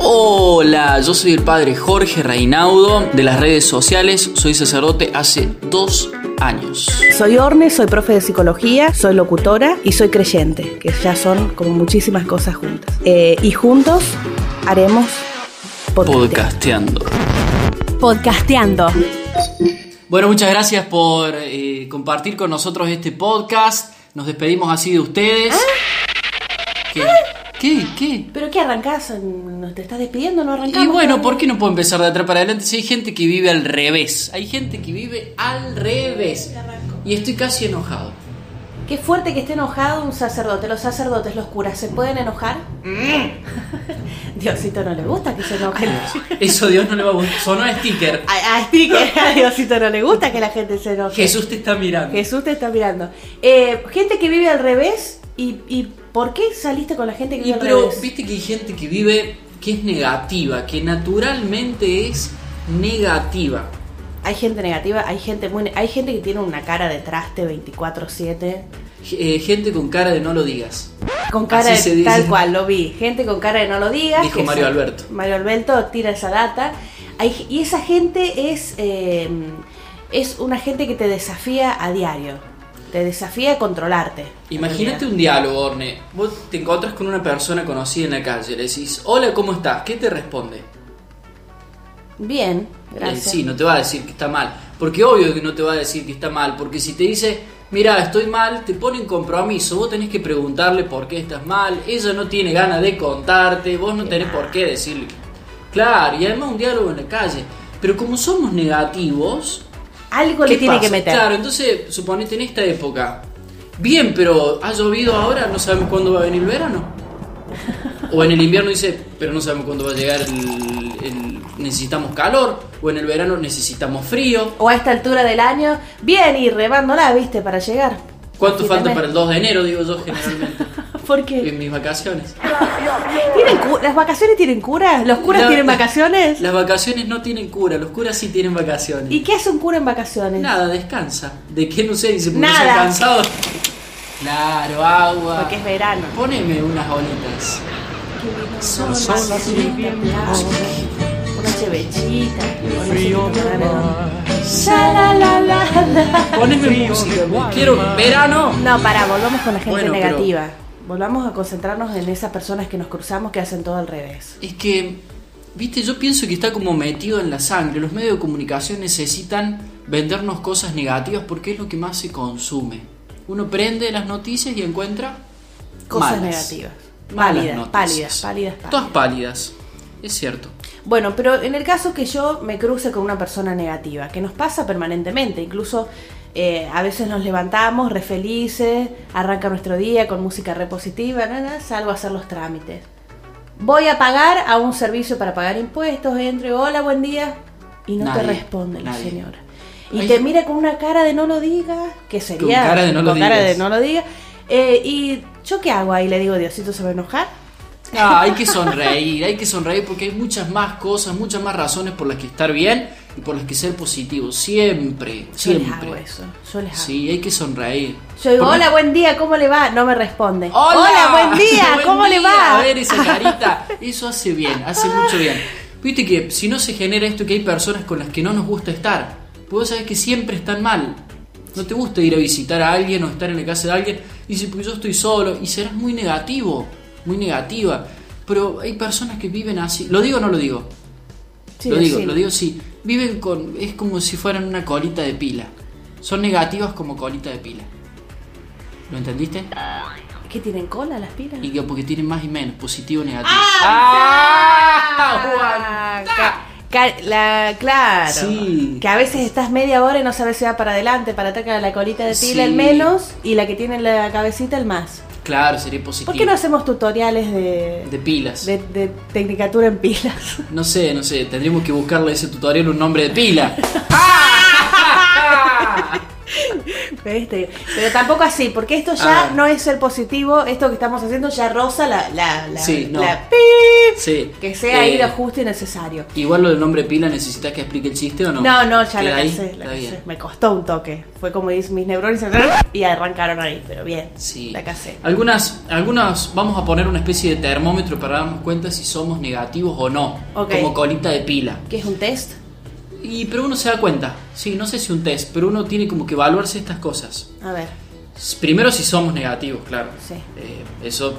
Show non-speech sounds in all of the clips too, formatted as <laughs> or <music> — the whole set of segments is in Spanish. Hola, yo soy el padre Jorge Reinaudo de las redes sociales, soy sacerdote hace dos años. Soy Orne, soy profe de psicología, soy locutora y soy creyente, que ya son como muchísimas cosas juntas. Eh, y juntos haremos Podcasteando. Podcasteando. Bueno, muchas gracias por eh, compartir con nosotros este podcast. Nos despedimos así de ustedes. ¿Qué? ¿Qué? ¿Qué? ¿Pero qué arrancás? ¿Nos te estás despidiendo? ¿No arrancamos? Y bueno, ¿por qué no puedo empezar de atrás para adelante si hay gente que vive al revés? Hay gente que vive al revés. Y estoy casi enojado. Qué fuerte que esté enojado un sacerdote. Los sacerdotes, los curas, ¿se pueden enojar? <laughs> Diosito no le gusta que se enojen. <laughs> Eso Dios Mm. no le va a gustar. Sonó a sticker. A, a Sticker, a Diosito no le gusta que la gente se enoje. Jesús te está mirando. Jesús te está mirando. Eh, gente que vive al revés. ¿Y, y por qué saliste con la gente que Y vive al pero revés? viste que hay gente que vive que es negativa, que naturalmente es negativa. Hay gente negativa, hay gente muy ne- hay gente que tiene una cara de traste 24/7 G- eh, gente con cara de no lo digas. con cara Así se de dice. tal cual, lo vi, gente con cara de no lo digas. Dijo que Mario se- Alberto. Mario Alberto tira esa data. Hay- y esa gente es eh, es una gente que te desafía a diario. Te desafía a controlarte. Imagínate un diálogo, Orne. Vos te encontrás con una persona conocida en la calle, le decís, hola, ¿cómo estás? ¿Qué te responde? Bien, Eh, gracias. sí, no te va a decir que está mal. Porque obvio que no te va a decir que está mal. Porque si te dice, mira, estoy mal, te pone en compromiso. Vos tenés que preguntarle por qué estás mal. Ella no tiene ganas de contarte. Vos no tenés por qué decirle. Claro, y además un diálogo en la calle. Pero como somos negativos, Algo le ¿qué tiene pasa? que meter. Claro, entonces suponete en esta época. Bien, pero ha llovido ahora, no sabemos cuándo va a venir el <laughs> verano. O en el invierno dice, pero no sabemos cuándo va a llegar el, el- necesitamos calor. O en el verano necesitamos frío. O a esta altura del año, bien y remándola, ¿viste? Para llegar. ¿Cuánto Sí, falta también. para <laughs> el 2 de enero? Digo yo generalmente. Porque En mis vacaciones. ¿Tienen cu- ¿Las vacaciones tienen cura? ¿Los curas La- tienen vacaciones? Las vacaciones no tienen cura, los curas sí tienen vacaciones. ¿Y qué hace un cura en vacaciones? Nada, descansa. ¿De qué no sé? Dice, porque Nada. soy cansado. Claro, agua. Porque es verano. Poneme unas olitas. Son Una solas y chevechita. Frío. La, la, la, la. Poneme música. Quiero verano. No, pará, volvamos con la gente Bueno, pero- negativa. Volvamos a concentrarnos en esas personas que nos cruzamos que hacen todo al revés. Es que, viste, yo pienso que está como metido en la sangre. Los medios de comunicación necesitan vendernos cosas negativas porque es lo que más se consume. Uno prende las noticias y encuentra Cosas malas. negativas. Malas Pálidas, noticias. pálidas, pálidas, pálidas. Todas pálidas. Es cierto. Bueno, pero en el caso que yo me cruce con una persona negativa, que nos pasa permanentemente, incluso eh, a veces nos levantamos re felices, arranca nuestro día con música repositiva, salgo a hacer los trámites. Voy a pagar a un servicio para pagar impuestos, entro y hola, buen día, y no te Nadie, responde la nadie. señora. Y Ay. te mira con una cara de no lo digas, que sería. cara de no lo con cara digas. de no lo digas. Eh, ¿Y yo qué hago ahí? Le digo, Diosito, ¿se va a enojar? Ah, hay que sonreír, hay que sonreír porque hay muchas más cosas, muchas más razones por las que estar bien y por las que ser positivo. Siempre, Yo les hago siempre. eso. Yo les hago. Sí, hay que sonreír. Yo digo, Por- hola, buen día, ¿cómo le va? No me <laughs> responde. buen día, Buen ¿cómo le día. va? A ver esa carita, eso hace bien, hace <laughs> mucho bien. Viste que si no se genera esto que hay personas con las que no nos gusta estar, Porque vos sabés que siempre están mal. No te gusta ir a visitar a alguien o estar en la casa de alguien y dices, pues yo estoy solo y serás muy negativo, muy negativa. Pero hay personas que viven así, lo digo o no lo digo, Sí, lo digo, sí. lo digo sí, viven con, es como si fueran una colita de pila. Son negativas como colita de pila. ¿Lo entendiste? ¿Qué tienen cola las pilas? Y que porque tienen más y menos, positivo negativo. Ah, ca- ca- la- claro. Sí. Que a veces estás media hora y no sabes si va para adelante, para atrás, que la colita de pila Sí. el menos y la que tiene la cabecita el más. Claro, sería positivo. ¿Por qué no hacemos tutoriales de, De pilas. de- de tecnicatura en pilas? <laughs> No sé, no sé, tendríamos que <laughs> buscarle a ese tutorial un nombre de pila. ¿Ves? Te digo. Pero tampoco así, porque esto ya Ah. no es ser positivo, esto que estamos haciendo ya rosa la, la, la, Sí, no. la pip, Sí. que sea ahí Eh, lo justo y necesario. Igual lo del nombre pila, ¿necesitas que explique el chiste o no? No, no, ya la ¿Queda ahí? casé, la Está casé. bien. Me costó un toque. Fue como dice, mis neuronas se- y <laughs> arrancaron ahí, pero bien. Sí. La casé. Algunas, algunas vamos a poner una especie de termómetro para darnos cuenta si somos negativos o no. Ok. Como colita de pila. ¿Qué es un test? Y pero uno se da cuenta. Sí, no sé si un test, pero uno tiene como que evaluarse estas cosas. A ver, S- Primero si somos negativos, claro. Sí. Eh, eso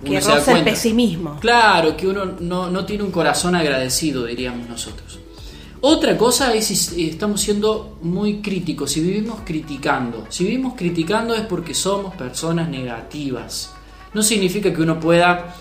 uno que se da rosa el cuenta. pesimismo. Claro, que uno no, no tiene un corazón agradecido, diríamos nosotros. Otra cosa es si s- eh, estamos siendo muy críticos, si vivimos criticando. Si vivimos criticando es porque somos personas negativas. No significa que uno pueda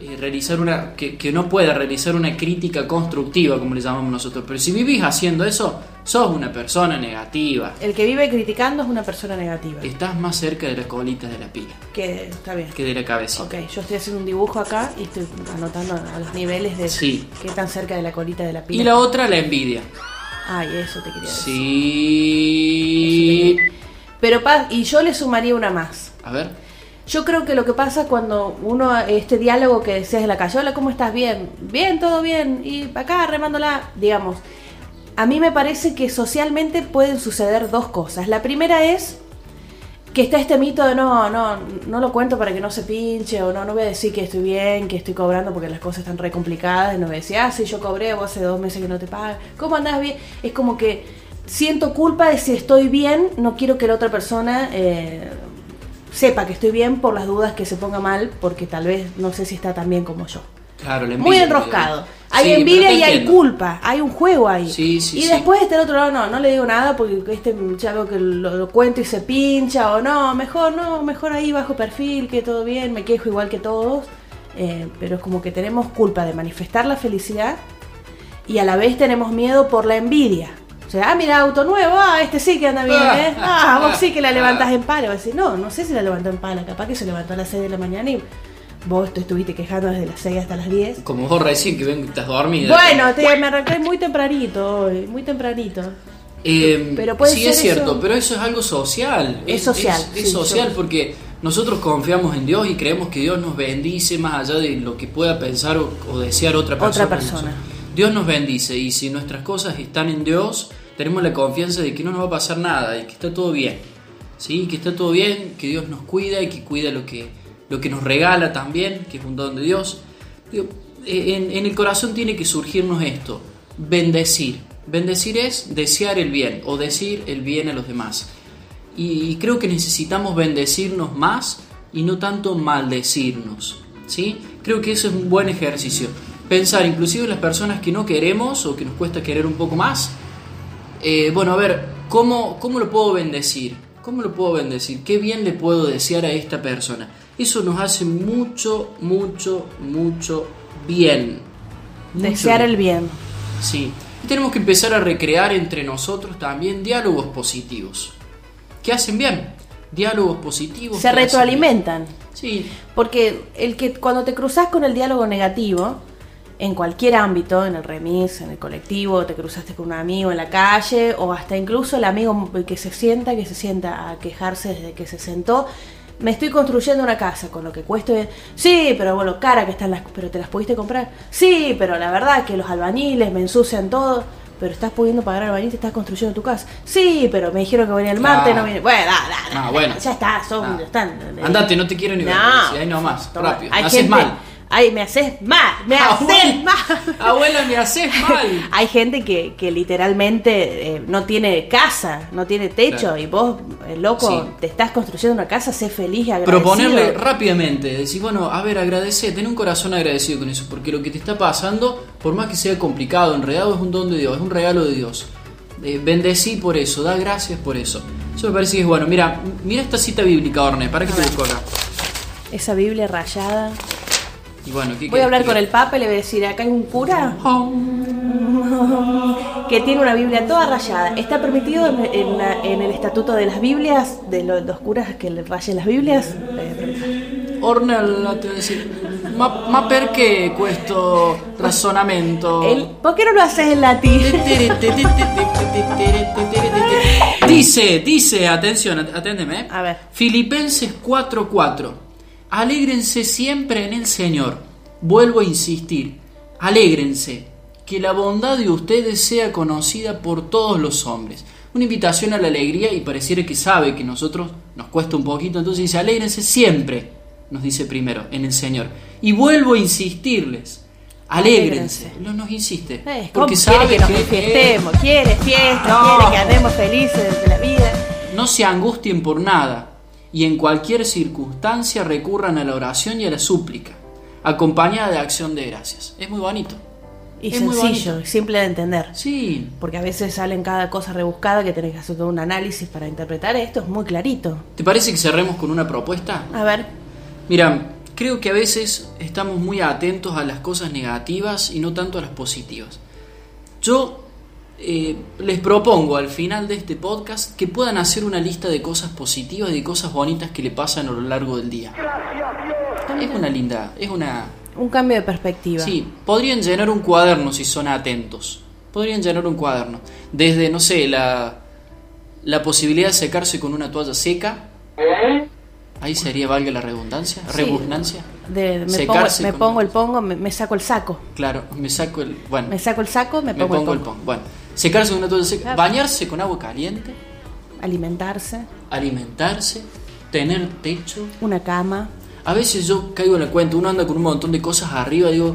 eh, realizar una. Que, que no pueda realizar una crítica constructiva, como le llamamos nosotros. Pero si vivís haciendo eso, sos una persona negativa. El que vive criticando es una persona negativa. Estás más cerca de las colitas de la pila Que está bien. que de la cabeza. Ok, yo estoy haciendo un dibujo acá y estoy anotando a los niveles de Sí. qué tan cerca de la colita de la pila. Y la otra, la envidia. Ay, eso te quería decir. Sí. Pero pa- y yo le sumaría una más. A ver. Yo creo que lo que pasa cuando uno, este diálogo que decías de la calle, hola, ¿cómo estás? Bien, bien, todo bien, y acá remándola, digamos. A mí me parece que socialmente pueden suceder dos cosas. La primera es que está este mito de no, no, no lo cuento para que no se pinche, o no, no voy a decir que estoy bien, que estoy cobrando porque las cosas están re complicadas, y no voy a decir, ah, sí, yo cobré, vos hace dos meses que no te pagas, ¿cómo andás bien? Es como que siento culpa de si estoy bien, no quiero que la otra persona eh, sepa que estoy bien por las dudas que se ponga mal, porque tal vez no sé si está tan bien como yo. Claro, la envidia. Muy enroscado. Hay Sí, envidia pero y te hay entiendo. culpa, hay un juego ahí. Sí, sí, y sí. después está el otro lado, no, no le digo nada porque este chavo que lo, lo cuento y se pincha o no, mejor no, mejor ahí bajo perfil, que todo bien, me quejo igual que todos. Eh, pero es como que tenemos culpa de manifestar la felicidad y a la vez tenemos miedo por la envidia. O sea, ah, mira, auto nuevo, ah, este sí que anda bien, ¿eh? Ah, vos sí <laughs> que la levantás en pala. Vas a decir, no, no sé si la levantó en pala, capaz que se levantó a las 6 de la mañana y vos te estuviste quejando desde las 6 hasta las 10. Como vos recién que ven que estás dormida. Bueno, te, me arranqué muy tempranito hoy, muy tempranito. Eh, pero puede sí, ser es cierto, eso. pero eso es algo social. Es social, Es, es sí, social yo- porque nosotros confiamos en Dios y creemos que Dios nos bendice más allá de lo que pueda pensar o, o desear otra persona. Otra persona. Dios nos bendice y si nuestras cosas están en Dios, tenemos la confianza de que no nos va a pasar nada y que está todo bien. ¿Sí? Que está todo bien, que Dios nos cuida y que cuida lo que, lo que nos regala también, que es un don de Dios. Digo, eh, En, en el corazón tiene que surgirnos esto, bendecir. Bendecir es desear el bien o decir el bien a los demás. Y, y creo que necesitamos bendecirnos más y no tanto maldecirnos. ¿sí? Creo que eso es un buen ejercicio. Pensar inclusive en las personas que no queremos o que nos cuesta querer un poco más. Eh, bueno, a ver, ¿cómo, ¿cómo lo puedo bendecir? ¿Cómo lo puedo bendecir? ¿Qué bien le puedo desear a esta persona? Eso nos hace mucho, mucho, mucho bien. Mucho Desear el bien. Sí. Y tenemos que empezar a recrear entre nosotros también diálogos positivos. Que hacen bien. Diálogos positivos. Se que hacen retroalimentan. bien. Sí. Porque el que cuando te cruzas con el diálogo negativo, en cualquier ámbito, en el remis, en el colectivo, te cruzaste con un amigo en la calle, o hasta incluso el amigo que se sienta, que se sienta a quejarse desde que se sentó. Me estoy construyendo una casa con lo que cueste. Sí, pero bueno, cara que están las. Pero te las pudiste comprar. Sí, pero la verdad que los albañiles me ensucian todo. Pero estás pudiendo pagar albañil, te estás construyendo tu casa. Sí, pero me dijeron que venía el martes, Ah. no vine. Bueno, da, da, da, Ah, bueno. ya está, son, Ah. están. Andate, no te quiero ni ver. No. Sí, ahí nomás, Toma, rápido. hay me haces gente- mal. Ay, me haces mal, <laughs> me haces Abuela, mal. abuela, me <laughs> haces mal. Hay gente que, que literalmente eh, no tiene casa, no tiene techo Claro. y vos, eh, loco, Sí. te estás construyendo una casa, sé feliz y agradecido. Proponerle rápidamente, decir, bueno, a ver, agradecer, tener un corazón agradecido con eso, porque lo que te está pasando, por más que sea complicado, enredado, es un don de Dios, es un regalo de Dios. Eh, bendecí por eso, da gracias por eso. Eso me parece que es bueno. Mira, mira esta cita bíblica, Orne, ¿para qué te busco acá? Esa Biblia rayada. Y bueno, ¿qué Voy a querés? hablar con el Papa y le voy a decir, acá hay un cura <laughs> Oh, que tiene una Biblia toda rayada. Está permitido en, en la- en el estatuto de las Biblias, de los, los curas que le rayen las Biblias. Eh, Orne, la- te voy a decir. Ma, ma perché questo ragionamento? El- ¿Por qué no lo haces en latín? <laughs> <laughs> Dice, dice, atención, at- aténdeme. eh. A ver. Filipenses 4:4. Alégrense siempre en el Señor. Vuelvo a insistir, alégrense. Que la bondad de ustedes sea conocida por todos los hombres. Una invitación a la alegría y pareciera que sabe que nosotros nos cuesta un poquito, entonces dice, alégrense siempre, nos dice primero, en el Señor. Y vuelvo a insistirles, alégrense. Alégrense. No nos insiste. Eh, ¿cómo Porque quiere sabe que nos que- manifestemos, quiere fiesta, No. quiere que andemos felices de la vida. No se angustien por nada y en cualquier circunstancia recurran a la oración y a la súplica, acompañada de acción de gracias. Es muy bonito. Y Es muy sencillo, bonito. y simple de entender. Sí, Porque a veces salen cada cosa rebuscada que tenés que hacer todo un análisis para interpretar. Esto es muy clarito. ¿te parece que cerremos con una propuesta? A ver, Mira, creo que a veces estamos muy atentos a las cosas negativas y no tanto a las positivas. Yo eh, les propongo al final de este podcast que puedan hacer una lista de cosas positivas y de cosas bonitas que le pasan a lo largo del día. Es una linda, es una un cambio de perspectiva. Sí, podrían llenar un cuaderno si son atentos. Podrían llenar un cuaderno. Desde, no sé, la, la posibilidad de secarse con una toalla seca. Ahí sería, valga la redundancia, Sí. rebugnancia. De- me pongo, Secarse me con- pongo el pongo, me, me saco el saco. Claro, me saco el. Bueno, Me saco el saco, me me pongo, pongo el el pongo. pon. Bueno, secarse con una toalla seca. Claro. Bañarse con agua caliente. Alimentarse, Alimentarse. Tener techo. una cama. A veces yo caigo en la cuenta, uno anda con un montón de cosas arriba, digo,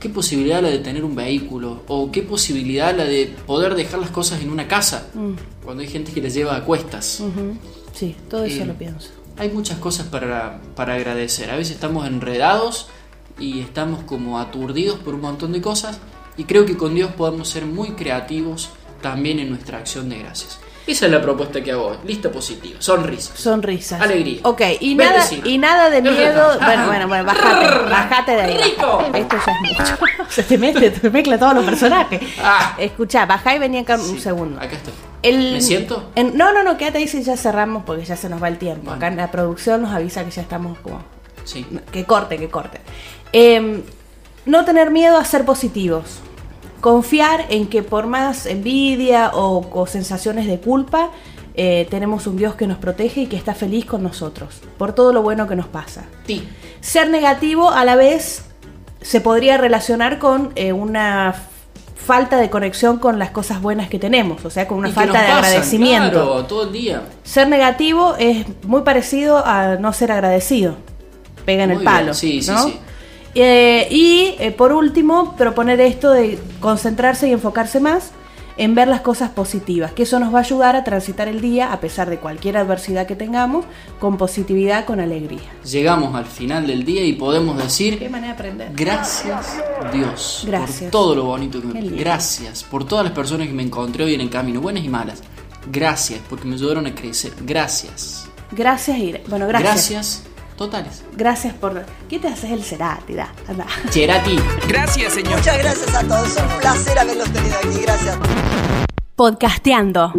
¿qué posibilidad la de tener un vehículo? ¿O qué posibilidad la de poder dejar las cosas en una casa? Mm. Cuando hay gente que les lleva a cuestas. Ujú. Sí, todo eso Eh, lo pienso. Hay muchas cosas para, para agradecer. A veces estamos enredados y estamos como aturdidos por un montón de cosas. Y creo que con Dios podemos ser muy creativos también en nuestra acción de gracias. Esa es la propuesta que hago hoy. Lista positiva. Sonrisas. Sonrisas. Alegría. Ok, y nada, Bendecir. y nada de Ya miedo. está. Bueno, bueno, bueno, bajate, bajate de ahí. Rico. Esto ya es mucho. <laughs> Se te mete, te mezcla todos los personajes. Ah. Escucha, bajá y vení acá un Sí, segundo. Acá estoy. El- ¿Me siento? en- no, no, no, quédate ahí si ya cerramos porque ya se nos va el tiempo. Bueno. Acá en la producción nos avisa que ya estamos como. Sí. Que corte, que corte. Em, no tener miedo a ser positivos. Confiar en que por más envidia o, o sensaciones de culpa, eh, tenemos un Dios que nos protege y que está feliz con nosotros por todo lo bueno que nos pasa. Ti. Ser negativo a la vez se podría relacionar con eh, una f- falta de conexión con las cosas buenas que tenemos, o sea, con una Y que falta nos de pasan, agradecimiento. claro, todo el día. Ser negativo es muy parecido a no ser agradecido. Pega en Muy el bien, palo. sí, sí, ¿no? sí. Eh, y eh, por último, proponer esto de concentrarse y enfocarse más en ver las cosas positivas, que eso nos va a ayudar a transitar el día a pesar de cualquier adversidad que tengamos, con positividad, con alegría. Llegamos al final del día y podemos Qué decir manera de aprender. gracias Dios Gracias. por todo lo bonito que Qué me lindo. Gracias por todas las personas que me encontré hoy en el camino, buenas y malas. Gracias porque me ayudaron a crecer. Gracias. Gracias, Ira. Bueno, gracias. Gracias, Gracias totales. por... ¿Qué te haces el Cerati? Da, anda. Cherati. Gracias, señor. Muchas gracias a todos. Un placer haberlos tenido aquí. Gracias. Podcasteando.